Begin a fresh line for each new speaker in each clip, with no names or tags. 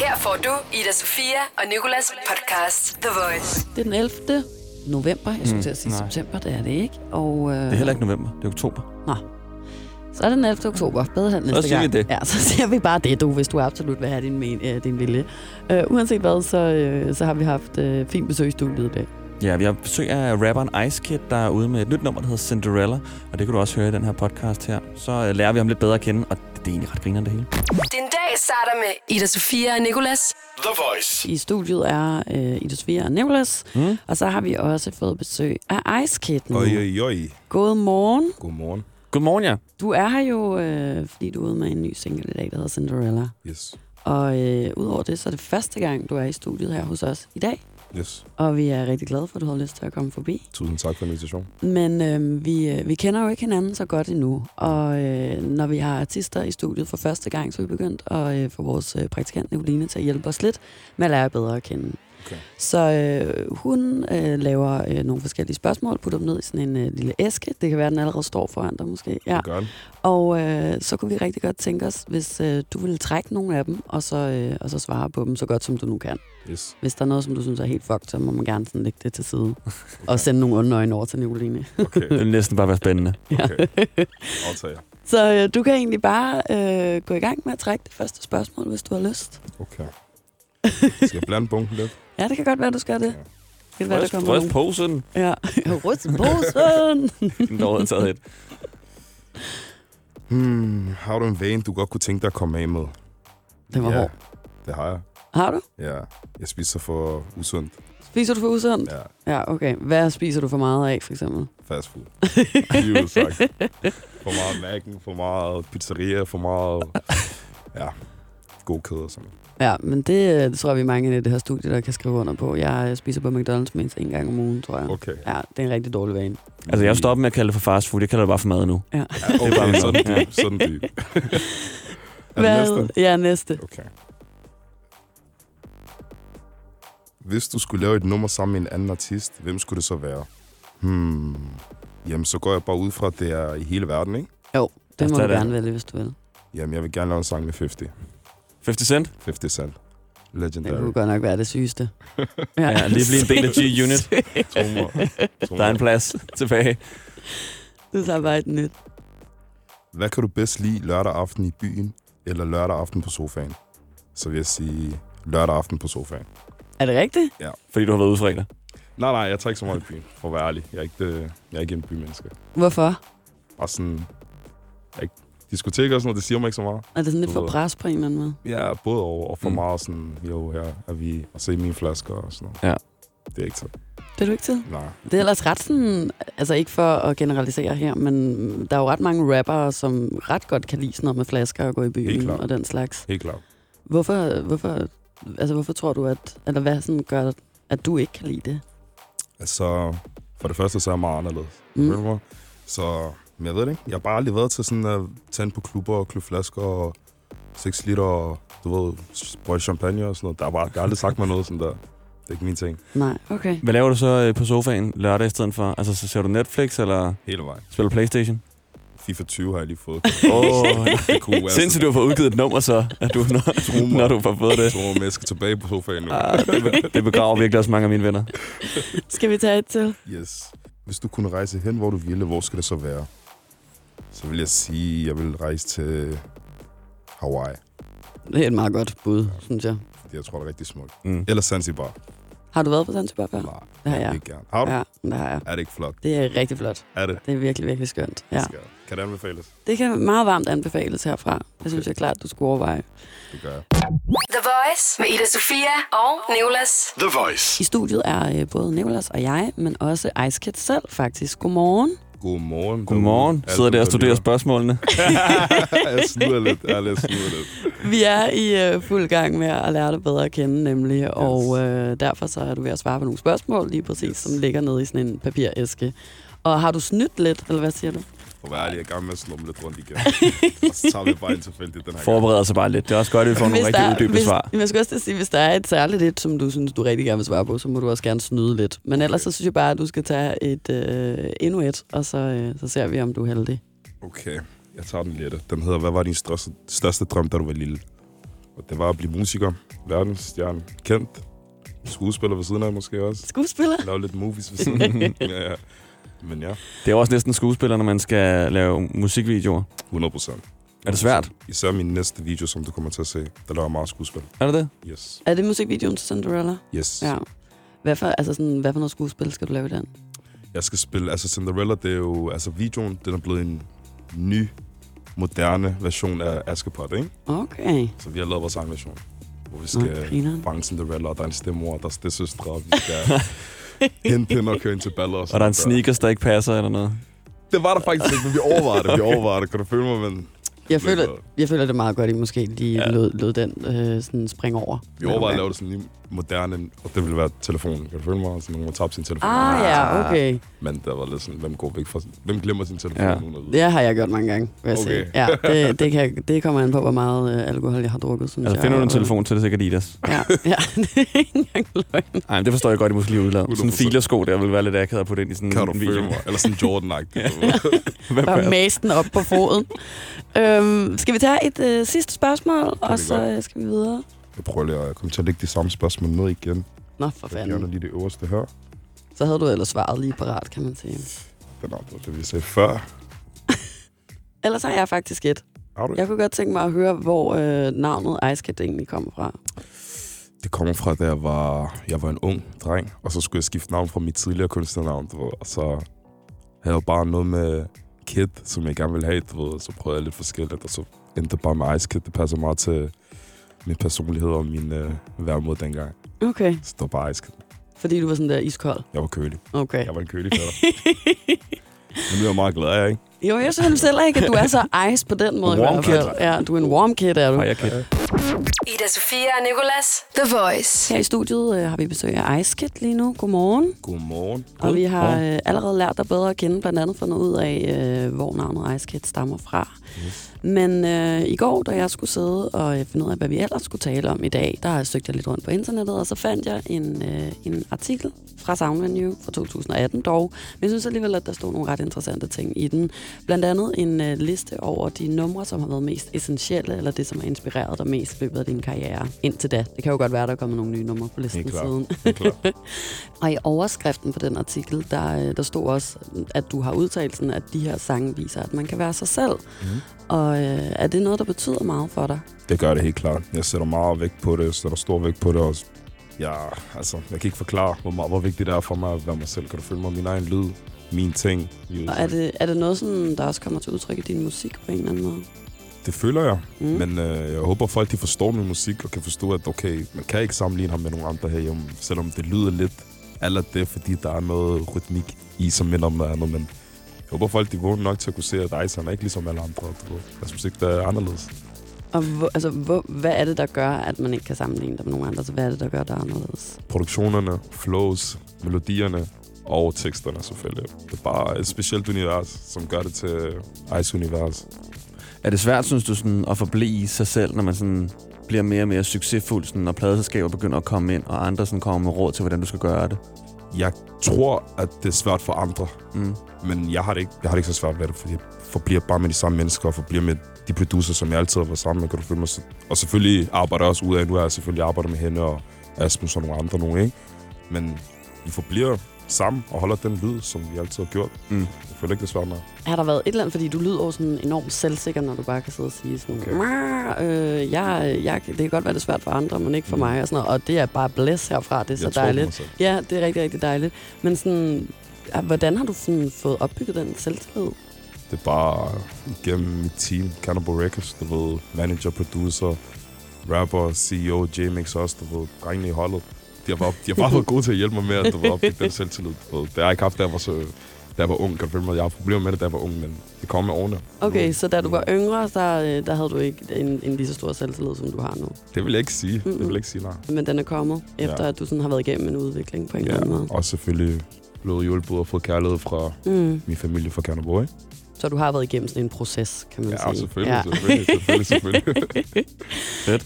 Her får du Ida Sofia og Nikolas podcast The Voice.
Det er den 11. november. Jeg skulle mm, til at sige
nej.
nej. september, det er det ikke. Og, øh,
Det er heller ikke november, det er oktober.
Nå. Så er det den 11. oktober. Bedre næste
siger vi
gang.
det.
Ja, så siger vi bare det, du, hvis du absolut vil have din, men, øh, din vilje. Øh, uanset hvad, så, øh, så har vi haft øh, fint besøg i studiet i dag.
Ja, vi har besøg af rapperen Ice Kid, der er ude med et nyt nummer, der hedder Cinderella. Og det kan du også høre i den her podcast her. Så øh, lærer vi ham lidt bedre at kende, og det er egentlig ret grinerende det hele.
Din dag starter med Ida Sofia og Nikolas.
The Voice.
I studiet er øh, Ida Sofia og Nicolas, mm. og så har vi også fået besøg af Ice Kid nu.
Oj, oj, oj.
Godmorgen.
Godmorgen.
Godmorgen, ja.
Du er her jo, øh, fordi du er ude med en ny single i dag, der hedder Cinderella.
Yes.
Og øh, udover det, så er det første gang, du er i studiet her hos os i dag.
Yes.
Og vi er rigtig glade for, at du har lyst til at komme forbi.
Tusind tak for invitationen.
Men øh, vi, øh, vi kender jo ikke hinanden så godt endnu. Og øh, når vi har artister i studiet for første gang, så er vi begyndt at øh, få vores øh, praktikant Nicoline til at hjælpe os lidt med at lære bedre at kende.
Okay.
Så øh, hun øh, laver øh, nogle forskellige spørgsmål, putter dem ned i sådan en øh, lille æske. Det kan være, den allerede står foran dig måske. Ja.
Det gør den.
Og øh, så kunne vi rigtig godt tænke os, hvis øh, du ville trække nogle af dem, og så, øh, og så svare på dem så godt, som du nu kan.
Yes.
Hvis der er noget, som du synes er helt fucked, så må man gerne sådan lægge det til side. Og sende nogle onde øjne over til Nicoline.
Det
Okay.
vil næsten bare være spændende.
okay. Aftager.
Så øh, du kan egentlig bare øh, gå i gang med at trække det første spørgsmål, hvis du har lyst.
Okay. Skal jeg blande bunken lidt?
Ja, det kan godt være, du skal det. Det kan være, der kommer
Røst
nogen.
posen.
Ja, ryst posen!
Nå, jeg taget et.
Hmm, har du en vane, du godt kunne tænke dig at komme af med?
Det var
ja,
hård.
det har jeg.
Har du?
Ja, jeg spiser for usundt.
Spiser du for usundt?
Ja,
Ja, okay. Hvad spiser du for meget af, for eksempel?
fast food. Livet sagt. For meget mærken, for meget pizzeria, for meget... Ja, gode kæder. Sådan.
Ja, men det, øh, det tror jeg, vi er mange i det her studie, der kan skrive under på. Jeg øh, spiser på McDonald's mindst en gang om ugen, tror jeg.
Okay.
Ja, det er en rigtig dårlig vane.
Altså, jeg stopper med at kalde det for fast food. Jeg kalder det bare for mad nu.
Ja.
Ja, okay, sådan dyb, sådan dyb. Er det næste?
Ja, næste.
Okay. Hvis du skulle lave et nummer sammen med en anden artist, hvem skulle det så være? Hmm. Jamen, så går jeg bare ud fra, at det er i hele verden, ikke?
Jo,
Lad
det
os
må
tage
du
det.
gerne vælge, hvis du vil.
Jamen, jeg vil gerne lave en sang med 50.
50 Cent?
50 Cent.
Det kunne
Legendary.
godt nok være det sygeste.
Ja, lige blive en del af G-Unit.
Tomer.
Der er en
Tomer.
plads tilbage.
Du tager bare et nyt.
Hvad kan du bedst lide lørdag aften i byen, eller lørdag aften på sofaen? Så vil jeg sige lørdag aften på sofaen.
Er det rigtigt?
Fordi du har været ude fredag.
Nej, nej, jeg tager ikke så meget i byen, for at være ærlig. Jeg er ikke, øh, jeg er ikke en bymenneske.
Hvorfor?
Bare sådan... Jeg er ikke, diskoteker og sådan noget, det siger mig ikke så meget.
Er det sådan lidt
Du
for
ved.
pres på en eller anden måde?
Ja, både over og for
Mm.
mm. meget sådan, jo, her er vi og se mine flasker og sådan noget.
Ja.
Det er ikke så.
Det er du ikke til.
Nej.
Det er ellers ret sådan, altså ikke for at generalisere her, men der er jo ret mange rappere, som ret godt kan lide sådan noget med flasker og gå i
Helt
byen
klart.
og den slags.
Helt klart.
Hvorfor, hvorfor, altså hvorfor tror du, at, eller hvad sådan gør, at du ikke kan lide det?
Altså, for det første, så er jeg meget anderledes.
Mm.
Mm. Ved du mig? Så, men jeg ved det ikke. Jeg har bare aldrig været til sådan at tænde på klubber og klubflasker og 6 liter og, du ved, sprøjt champagne og sådan noget. Der er bare, der har aldrig sagt mig noget sådan der. Det er ikke min ting.
Nej, okay.
Hvad laver du så øh, på sofaen lørdag i stedet for? Altså, så ser du Netflix eller
Hele vejen.
spiller Playstation?
FIFA 20 har jeg lige fået.
Åh, oh,
Det kunne være
sindssygt, du har fået udgivet et nummer så, at du, når,
Tro mig.
når du har fået det.
Jeg tror, jeg skal tilbage på sofaen nu.
Ah, det, be- det begraver virkelig også mange af mine venner.
Skal vi tage et til?
Yes. Hvis du kunne rejse hen, hvor du ville, hvor skal det så være? Så vil jeg sige, at jeg vil rejse til Hawaii.
Det er et meget godt bud, synes jeg.
Fordi jeg tror, det er rigtig smukt.
Mm.
Eller Zanzibar.
Har du været på Zanzibar før?
Nej,
Ja,
jeg
ja.
vil ikke gerne. Har du?
Ja, det har jeg.
Er det ikke flot?
Det er rigtig flot.
Er det?
Det er virkelig, virkelig skønt. Ja.
Skal- Kan det anbefales?
Det kan meget varmt anbefales herfra. Det synes jeg klart, du skulle overveje.
Det gør jeg.
The Voice med Ida Sofia og Nikolas.
The Voice.
I studiet er øh, både Nicolas og jeg, men også Ice Kid selv faktisk. Godmorgen.
Godmorgen.
Godmorgen.
derude.
Sidder
Alle
der og
dem,
studerer
lytter.
spørgsmålene.
jeg snyder lidt. Ærligt, jeg snyder lidt.
Vi er i øh, fuld gang med at lære dig bedre at kende nemlig, yes. og øh, derfor så er du ved at svare på nogle spørgsmål lige præcis, yes.
Yes.
som ligger nede i sådan en papiræske. Og har du snydt lidt, eller hvad siger du?
For at være ærlig, jeg er i gang med at slumle lidt rundt igen. og så tager vi bare en tilfældig den her gang.
Forbereder sig altså bare lidt. Det er også godt, at vi får nogle rigtig uddybende
hvis,
svar.
Jeg skulle også til at sige, hvis der er et særligt et, som du synes, du rigtig gerne vil svare på, så må du også gerne snyde lidt. Men okay. ellers så synes jeg bare, at du skal tage et øh, endnu et, og så, øh, så ser vi, om du er heldig.
Okay. jeg tager den lette. Den hedder, hvad var din største, største drøm, da du var lille? Og det var at blive musiker, verdensstjerne, kendt, skuespiller ved siden af måske også.
Skuespiller?
Lave lidt movies ved siden af. ja, ja. Men ja,
Det er jo også næsten skuespiller, når man skal lave musikvideoer.
100 procent.
Er det svært?
Især min næste video, som du kommer til at se, der laver jeg meget skuespil.
Er det det?
Yes.
Er det musikvideoen til Cinderella?
Yes.
Ja. Hvad for, altså sådan, hvad for noget skuespil skal du lave i den?
Jeg skal spille, altså Cinderella, det er jo, altså videoen, den er blevet en ny, moderne version af Askepot, ikke?
Okay.
Så vi har lavet vores egen version, hvor vi
Nå,
skal
grineren.
fange Cinderella, og der er en stemor, og der er stedsøstre, og vi skal hente hende og køre hende til baller. Og,
Og der er en
sådan
sneakers, der ikke passer eller noget.
Det var der faktisk ikke, men vi overvejede det. Vi overvejede det. Kan du føle mig, men øh,
Jeg
Lidt
føler,
bedre.
jeg føler det er meget godt, at I måske lige
Ja.
ja. lod, lod den øh, sådan springe over.
vi overvejede at lave det sådan lige moderne, og det ville være telefonen. Kan du føle mig? Så nogen må tabe sin telefon.
Ah ja, okay.
Men der var lidt sådan, hvem går væk fra Hvem glemmer sin telefon?
Ja.
Ja. Uden at vide?
Det har jeg gjort mange gange, vil jeg okay. sige.
Okay.
Ja, det, det, kan, det kommer an på, hvor meget øh, alkohol jeg har drukket, synes
Altså,
jeg.
finder du en
Og-
telefon til det er sikkert Adidas.
Ja, ja, det er ikke engang løgn.
Nej, men det forstår jeg godt, at I måske lige udlader. Sådan en
100%.
filersko, der vil være lidt akavet at putte ind i sådan
Kan du
en
føle
video.
mig? Eller sådan Jordan-agtig.
Hvad
Bare
passer?
mase den op på foden. øhm, skal vi tage et øh, sidste spørgsmål, og
vi
så
godt.
øh, skal vi videre?
Jeg prøver lige at komme til at lægge de samme spørgsmål ned igen.
Nå, for
Jeg gerne
fanden.
lige det øverste her.
Så havde du ellers svaret lige parat, kan man sige.
Den er det, vi sagde før.
Ellers har jeg faktisk et.
Har du
Jeg kunne godt tænke mig at høre, hvor øh, navnet Ice Cat egentlig kommer fra.
Det kommer fra, da jeg var, jeg var en ung dreng, og så skulle jeg skifte navn fra mit tidligere kunstnernavn, du ved. Og så havde jeg jo bare noget med Kid, som jeg gerne ville have, du ved. Så prøvede jeg lidt forskelligt, og så endte det bare med Ice Kid. Det passer meget til min personlighed og min øh, værmod dengang.
Okay.
Så det var bare Ice Kid.
Fordi du var sådan der iskold.
Jeg var kølig.
Okay.
Jeg var en kølig fætter. Nu bliver jeg meget glad, er jeg ikke?
Jo, jeg synes heller ikke, at du er så ice på den måde. i
Warm
hvert fald.
kid.
Ja, du er en warm kid, er du.
Ej, jeg kan.
Ida Sofia og Nicolas. The Voice.
Her i studiet øh, har vi besøg af Ice Kid lige nu. Godmorgen.
Godmorgen.
Og vi har
Godmorgen.
øh, allerede lært dig bedre at kende, blandt andet fundet ud af, øh, hvor navnet Ice Kid stammer fra. Men øh, i går, da jeg skulle sidde og øh, finde ud af, hvad vi ellers skulle tale om i dag, der søgte jeg lidt rundt på internettet, og så fandt jeg en, øh, en artikel fra Soundvenue fra 2018 dog. Men jeg synes alligevel, at der stod nogle ret interessante ting i den. Blandt andet en øh, liste over de numre, som har været mest essentielle, eller det, som har inspireret dig mest i løbet af din karriere indtil da. Det kan jo godt være, at der er kommet nogle nye numre på listen
Helt klart.
siden.
Det er klart.
Og i overskriften på den artikel, der, øh, der stod også, at du har udtalelsen, at de her sange viser, at man kan være sig selv. Mm.
Mm-hmm.
Og øh, er det noget, der betyder meget for dig?
Det gør det helt klart. Jeg sætter meget vægt på det, jeg sætter stor vægt på det også. Ja, altså, jeg kan ikke forklare, hvor, meget, hvor vigtigt det er for mig at være mig selv. Kan du følge mig? Min egen lyd, mine ting. lige
Og er
udsagt.
det, er det noget, sådan, der også kommer til udtryk i din musik på en eller anden måde?
det føler jeg,
Mm.
mm. men øh, jeg håber, folk de forstår min musik og kan forstå, at okay, man kan ikke sammenligne ham med nogen andre herhjemme, selvom det lyder lidt eller det, er, fordi der er noget rytmik i, som minder om noget andet, men jeg håber, folk de er vågne nok til at kunne se, at Ice, han er ikke ligesom alle andre. Du ved. Hans musik der er anderledes.
Og hvor, altså, hvor, hvad er det, der gør, at man ikke kan sammenligne dig med nogen andre? Så hvad er det, der gør dig anderledes?
produktionerne, flows, melodierne og teksterne selvfølgelig. Det er bare et specielt univers, som gør det til Ice Univers.
Er det svært, synes du, sådan, at forblive i sig selv, når man sådan bliver mere og mere succesfuld, sådan, når pladeselskaber begynder at komme ind, og andre sådan, kommer med råd til, hvordan du skal gøre det?
Jeg tror, at det er svært for andre,
Mm.
men jeg har det ikke, jeg har det ikke så svært ved det, fordi jeg forbliver bare med de samme mennesker, og forbliver med de producer, som jeg altid har været sammen med, kan du følge mig? Så- Og selvfølgelig arbejder jeg også ud af, nu har jeg selvfølgelig arbejdet med hende og Asmus og nogle andre nogen, ikke? Men vi forbliver sammen og holder den lyd, som vi altid har gjort.
Mm.
Jeg føler ikke, det er svært nok.
Har der været et eller andet, fordi du lyder jo sådan enormt selvsikker, når du bare kan sidde og sige sådan,
Okay.
okay. øh, jeg, jeg, det kan godt være, det er svært for andre, men ikke for
Mm.
mig, og sådan noget. Og det er bare blæs herfra, det er så
Jeg tror på
dejligt.
mig selv.
Ja, det er rigtig, rigtig dejligt. Men sådan, ah, hvordan har du sådan fået opbygget den selvtillid?
Det er bare igennem mit team, Cannibal Records, du ved, manager, producer, rapper, CEO, J-Mix også, du ved, drengene i holdet. De har bare, de har bare været gode til at hjælpe mig med, at du ved, opbygge den selvtillid, du ved. Det har jeg ikke haft, da jeg var, så, da jeg var ung, kan du følge mig? Jeg har problemer med det, da jeg var ung, men det kommer med årene.
Okay,
Nu-
så da du var yngre, der, øh, der havde du ikke en, en lige så stor selvtillid, som du har nu.
Det vil jeg ikke sige. Det
Mm-mm.
vil jeg ikke sige, nej.
Men den er kommet,
Ja.
efter at du sådan har været igennem en udvikling på en eller anden måde.
Og selvfølgelig blevet hjulpet og fået kærlighed fra
Mm.
min familie fra Cannibal, ikke?
Så du har været igennem sådan en proces, kan man
Ja,
sige.
selvfølgelig, selvfølgelig, selvfølgelig, selvfølgelig.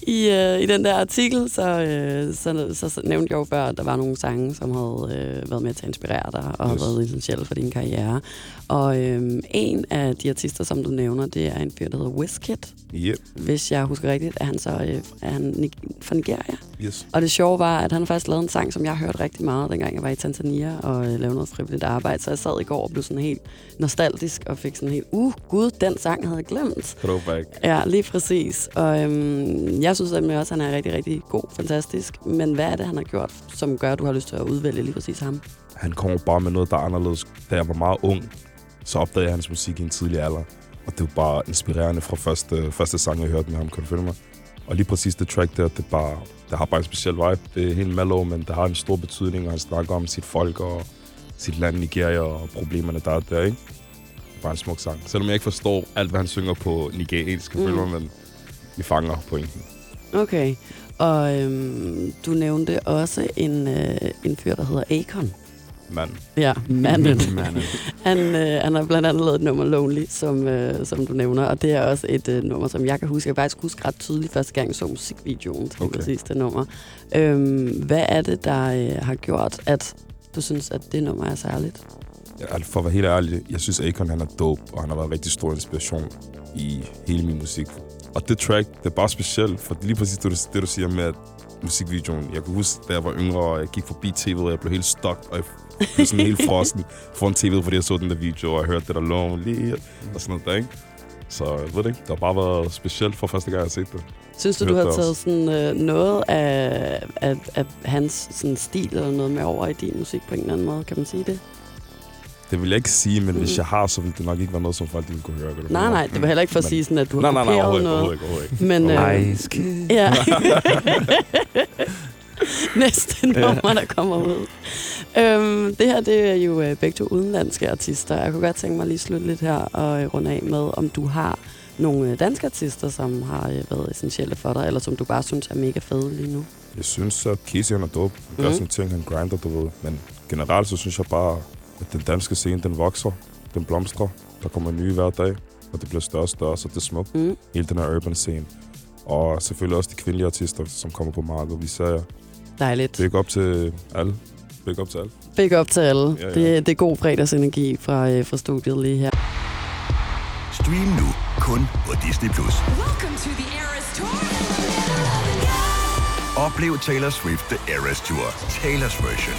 I, øh, I den der artikel, så, øh, så, så, så nævnte jeg jo før, at der var nogle sange, som havde øh, været med til at inspirere dig, og yes. har
Yes.
været essentielle for din karriere. Og øhm, en af de artister, som du nævner, det er en fyr, der hedder Wizkid.
Yep.
Hvis jeg husker rigtigt, er han så øh, er han Ni- fra Nigeria.
Yes.
Og det sjove var, at han faktisk lavede en sang, som jeg hørte rigtig meget, dengang jeg var i Tanzania og øh, lavede noget frivilligt arbejde. Så jeg sad i går og blev sådan helt nostalgisk og fik sådan helt, uh, gud, den sang havde jeg glemt.
Throwback.
Ja, lige præcis. Og øhm, jeg synes nemlig også, at han er rigtig, rigtig god, fantastisk. Men hvad er det, han har gjort, som gør, at du har lyst til at udvælge lige præcis ham?
Han kommer bare med noget, der er anderledes. Da jeg var meget ung, så opdagede jeg hans musik i en tidlig alder. Og det var bare inspirerende fra første, første sang, jeg hørte med ham, kan du følge mig? Og lige præcis det track der, det, er bare, det har bare en speciel vibe. Det er helt mellow, men det har en stor betydning, og han snakker om sit folk og sit land Nigeria og problemerne, der er der, ikke? Det er bare en smuk sang. Selvom jeg ikke forstår alt, hvad han synger på nigeriansk, kan du følge mig, men vi fanger pointen.
Okay. Og øhm, du nævnte også en, øh, en fyr, der hedder Akon.
Mand.
Ja, manden.
Manden.
han, øh, han har blandt andet lavet et nummer Lonely, som, øh, som du nævner, og det er også et øh, nummer, som jeg kan huske. Jeg kan faktisk huske ret tydeligt første gang, jeg så musikvideoen til okay.
Okay.
præcis det nummer. Øhm, hvad er det, der øh, har gjort, at du synes, at det nummer er særligt?
Ja, For at være helt ærlig, jeg synes Akon han er dope, og han har været en rigtig stor inspiration i hele min musik. Og det track, det er bare specielt, for lige præcis det, du- det du siger med at musikvideoen. Jeg kan huske, da jeg var yngre, og jeg gik forbi tv'et, og jeg blev helt stuck, og jeg blev sådan helt frossen foran tv'et, fordi jeg så den der video, og jeg hørte det der lonely, og sådan noget der, ikke? Så jeg ved det ikke, det har bare været specielt for første gang, jeg har set det.
Synes du, du
Hørte
har
det
taget
også.
sådan, øh, noget af, af, af hans sådan, stil eller noget med over i din musik på en eller anden måde? Kan man sige det?
Det vil jeg ikke sige, men hvis jeg har, så ville det nok ikke være noget, som folk ville kunne høre. kan du
Nej,
følge mig?
nej, det var heller ikke for at
Men-
sige sådan, at du
Nej,
har
nej, nej,
kopieret
overhovedet ikke,
noget.
overhovedet ikke, overhovedet ikke.
Men, øh,
Ice Kid.
Ja. Næste nummer, der kommer ud. Øhm, det her, det er jo øh, begge to udenlandske artister. Jeg kunne godt tænke mig lige at slutte lidt her og øh, runde af med, om du har nogle øh, danske artister, som har øh, været essentielle for dig, eller som du bare synes er mega fede lige nu.
Jeg synes, at Casey han er dope. Han gør
Mhm.
mm. sådan ting, han grinder, du ved. Men generelt, så synes jeg bare, at den danske scene, den vokser. Den blomstrer. Der kommer nye hver dag, og det bliver større og større, så det er smukt.
Mm.
Hele den her urban scene. Og selvfølgelig også de kvindelige artister, som kommer på markedet. Vi ser jer.
Dejligt.
Big op til alle. Big op til alle.
Big up til alle.
Ja, ja.
Det, det er god fredagsenergi fra, øh, fra studiet lige her.
Stream nu kun på Disney+. Plus.
Welcome to the Eras Tour.
Oplev Taylor Swift The Eras Tour, Taylor's version.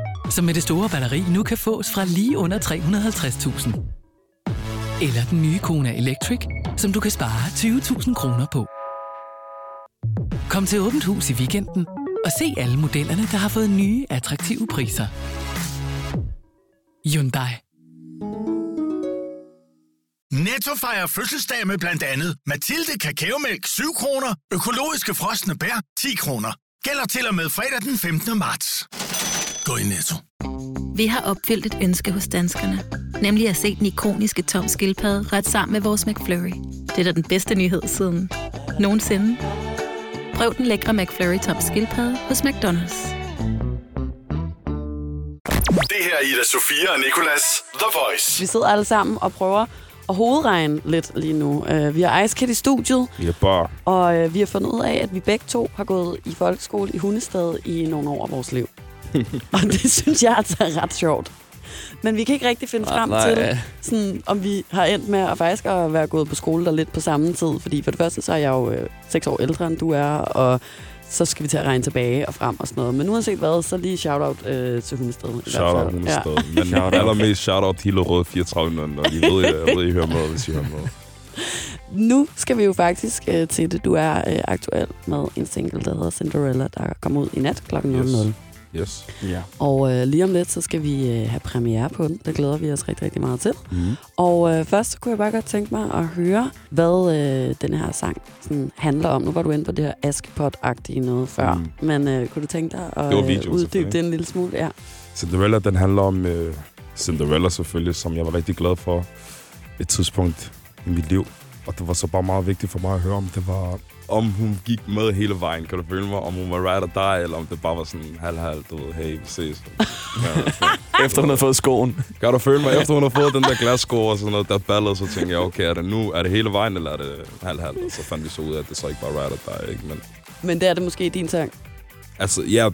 som med det store batteri nu kan fås fra lige under 350.000. Eller den nye Kona Electric, som du kan spare 20.000 kroner på. Kom til Åbent Hus i weekenden og se alle modellerne, der har fået nye, attraktive priser. Hyundai.
Netto fejrer fødselsdag med blandt andet Mathilde Kakaomælk 7 kroner, økologiske frosne bær 10 kroner. Gælder til og med fredag den 15. marts. Gå i Netto.
Vi har opfyldt et ønske hos danskerne. Nemlig at se den ikoniske tom skildpadde ret sammen med vores McFlurry. Det er da den bedste nyhed siden nogensinde. Prøv den lækre McFlurry tom skildpadde hos McDonald's.
Det her er Ida Sofia og Nicolas The Voice.
Vi sidder alle sammen og prøver at hovedregne lidt lige nu. Øh, vi har Ice Kid i studiet,
Vi er bare
Og øh, vi har fundet ud af, at vi begge to har gået i folkeskole i Hundested i nogle år af vores liv. og det synes jeg altså er ret sjovt. Men vi kan ikke rigtig finde frem
nej.
til, sådan, om vi har endt med at faktisk at være gået på skole der lidt på samme tid. Fordi for det første, så er jeg jo øh, seks år ældre, end du er, og så skal vi til at regne tilbage og frem og sådan noget. Men uanset hvad, så lige shout-out øh, til Hundested. i hvert fald.
shout-out nogle ja. steder. Men
Shout-out.
allermest shout-out Hilo Rød 3400, og I ved, jeg ved, I hører med, hvis I hører med.
Nu skal vi jo faktisk øh, til det, du er øh, aktuel med en single, der hedder Cinderella, der kommer ud i nat kl. 00.
Yes. Yes.
Ja.
Og øh, lige om lidt, så skal vi øh, have premiere på den. Det glæder vi os rigtig, rigtig meget til.
Mm.
Og øh, først så kunne jeg bare godt tænke mig at høre, hvad øh, den her sang sådan, handler om. Nu var du inde på det her askepot-agtige noget før. Mm.
Mm.
Men øh, kunne du tænke dig at
Det var
øh,
videoen,
uddybe
selvfølgelig.
det en lille smule? Ja.
Cinderella, den handler om øh, Cinderella selvfølgelig, som jeg var rigtig glad for. et tidspunkt i mit liv. Og det var så bare meget vigtigt for mig at høre, om det var om hun gik med hele vejen, kan du føle mig? Om hun var right or die, eller om det bare var sådan halv-halv, du ved, hey, vi ses.
Ah!
Ja. efter hun havde fået skoen.
Kan du føle mig, efter hun har fået den der glassko og sådan noget, der ballede, så tænkte jeg, okay, er det nu, er det hele vejen, eller er det halv-halv? Og så fandt vi så ud af, at det så ikke var right or die, ikke? Men
Men det er det måske i din sang.
altså, ja,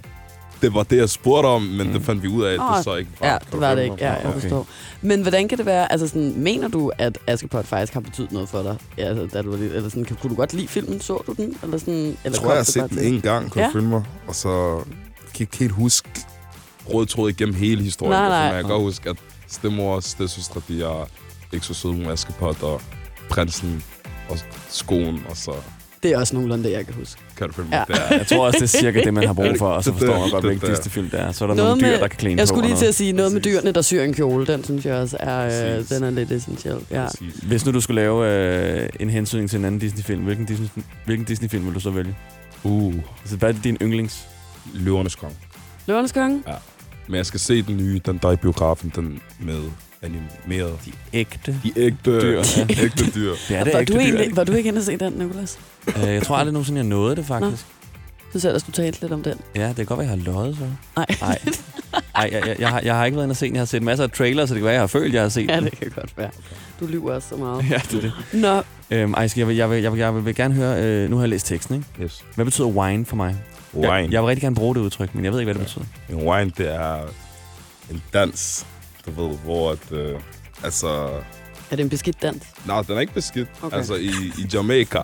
det var det, jeg spurgte om, men mm. det fandt vi ud af, at
Åh,
det så ikke var.
Ja,
Kan du
det var
følge
det
mig?
ikke. Ja, jeg
Okay.
forstår. Men hvordan kan det være? Altså, sådan, mener du, at Askepot faktisk har betydet noget for dig? Ja, altså, da du var lidt, eller sådan, kan, kunne du godt lide filmen? Så du den? Eller sådan, eller
Jeg tror, jeg har
kom det bare
set den
til?
en gang, kan ja.
Ja.
du følge mig? Og så kan jeg ikke helt huske rød tråd igennem hele historien.
Nej,
kan du følge
nej.
mig? Jeg kan godt huske, at stemor og stedsøstre, de er ikke så søde, hun er Askepot og prinsen og skoen, og så
Det er også nogenlunde det, jeg kan huske.
kan du følge mig?
Ja.
Ja. Det er,
Jeg tror også, det er cirka det, man har brug for, og så
Det-
forstår man
det-
godt, hvilken
det- det-
Disney-film det er. Så er der nogle dyr, der kan klinge
Jeg
på.
skulle
og
lige til
noget.
at sige noget med
Præcis.
dyrene, der syr en kjole. Den synes jeg også er, øh,
Præcis.
den er lidt essentiel. Ja.
præcis.
Hvis nu du skulle lave øh, en hensyn til en anden Disney-film, hvilken, Disney, hvilken Disney-film vil du så vælge?
Uh,
Altså, hvad er din yndlings?
løvernes kong.
Løvernes konge?
Men jeg skal se den nye, den der er i biografen, den med animeret.
De ægte.
De ægte
Dyr, ja.
ægte dyr.
Det er det
var,
ægte
du
dyr,
egentlig,
ikke?
var du ikke inde og se den, Nicolas?
Øh, jeg tror aldrig nogensinde, jeg nåede det, faktisk.
Du sagde ellers, du talte lidt om den.
Ja, det kan godt være, jeg har løjet, så.
Nej.
Nej. Ej, jeg, jeg, jeg, har, jeg har ikke været inde og se den. Jeg har set masser af trailers, så det kan være, jeg har følt, jeg har set
Ja,
den.
det kan godt være. Du lyver også så meget.
Ja, det er det.
Nå,
Øhm, ej, skal jeg, vil- jeg, vil- jeg, vil- jeg, vil- vil gerne høre... Øh, nu har jeg læst teksten, ikke?
Yes.
Hvad betyder wine for mig? Jeg,
Wine.
jeg vil rigtig gerne bruge det udtryk, men jeg ved ikke, hvad det betyder.
En wine, det er en dans, du ved, hvor at, øh, altså...
er det en beskidt dans?
Nej, den er ikke beskidt.
Okay.
Okay. Altså, i, i Jamaica,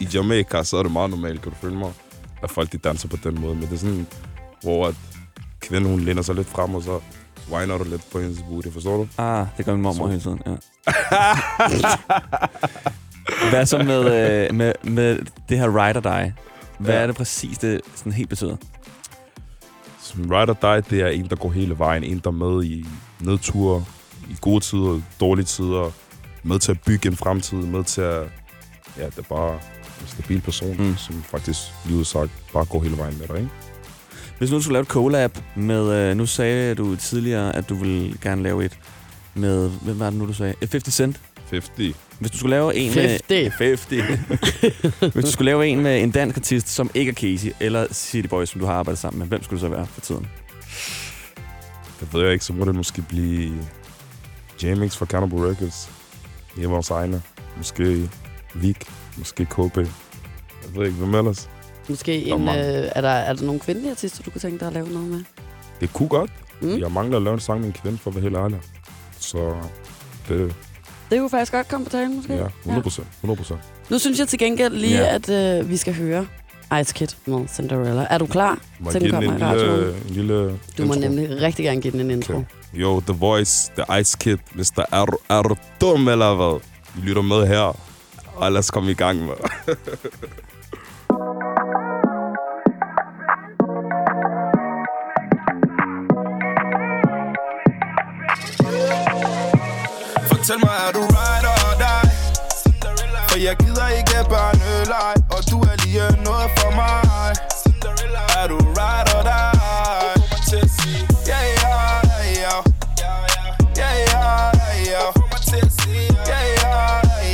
i Jamaica, så er det meget normalt, kan du følge mig, at folk de danser på den måde. Men det er sådan, hvor at kvinden, hun læner sig lidt frem, og så whiner du lidt på hendes booty, forstår du?
Ah, det gør min mormor hele tiden, ja. Hvad så med, øh, med, med det her ride or die? Hvad
Ja.
er det præcis, det sådan helt betyder?
Som ride or die, det er en, der går hele vejen. En, der er med i nedture, i gode tider, dårlige tider. Med til at bygge en fremtid, med til at... Ja, det er bare en stabil person,
Mm.
mm. som faktisk livet sagt bare går hele vejen med dig, ikke?
Hvis nu du skulle lave et collab med... Øh, nu sagde du tidligere, at du ville gerne lave et med... Hvem var det nu, du sagde? Eh, 50 Cent?
50.
Hvis du skulle lave en øh, med...
50.
50. Hvis du skulle lave en med en dansk artist, som ikke er Casey, eller City Boys, som du har arbejdet sammen med, hvem skulle det så være for tiden?
Det ved jeg ikke, så må det måske blive Jamix fra Cannibal Records. Hjemme hos Ejner. Måske Vik. Måske KB. Jeg ved ikke, hvem ellers.
Måske
er
en,
mange.
øh, er, der, er der nogle kvindelige artister, du kunne tænke dig at lave noget med?
Det kunne godt.
Mm.
Mm. Jeg mangler at lave en sang med en kvinde, for at være helt ærlig. Så det,
Det kunne faktisk godt komme på talen, måske.
ja, 100 procent. 100 procent.
Nu synes jeg til gengæld lige,
Ja.
at øh, vi skal høre Ice Kid med Cinderella. Er du klar?
Må
Så
jeg
den
give den
kommer
en
i radioen.
lille, en lille
Du må
intro?
nemlig rigtig gerne give den en intro.
Okay. Jo, The Voice, The Ice Kid, Mr. Er, du- er du dum eller hvad? I lytter med her, og lad os komme i gang med.
Fortæl mig, er du right or die? For jeg gider ikke børneleg Og du er lige noget for mig Er du right or die? Ja, ja, ja, ja Ja, ja, ja, ja Ja, ja,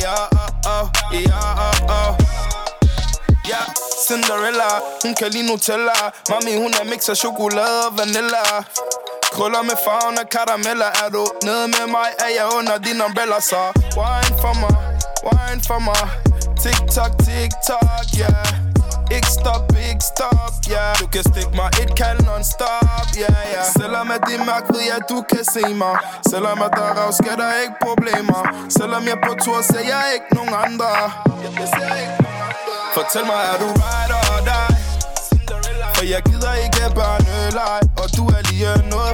ja, oh, oh, ja, oh, oh Ja, Cinderella, hun kan lide Nutella Mami, hun er mix af chokolade og vanilla Krøller med farven af karameller Er du nede med mig, er jeg under din umbrella Så wine for mig, wine for mig Tik tak, tik tak, ja yeah. Ikke stop, ikke stop, ja yeah. Du kan stikke mig et kald non-stop, ja yeah, yeah. Selvom at det er mørkt, ved jeg, du kan se mig Selvom at der er rav, skal der ikke problemer Selvom jeg er på tur, ser jeg ikke nogen andre Jeg ser ikke nogen andre Fortæl mig, er du right or die? For jeg gider ikke børneleg Og du er lige noget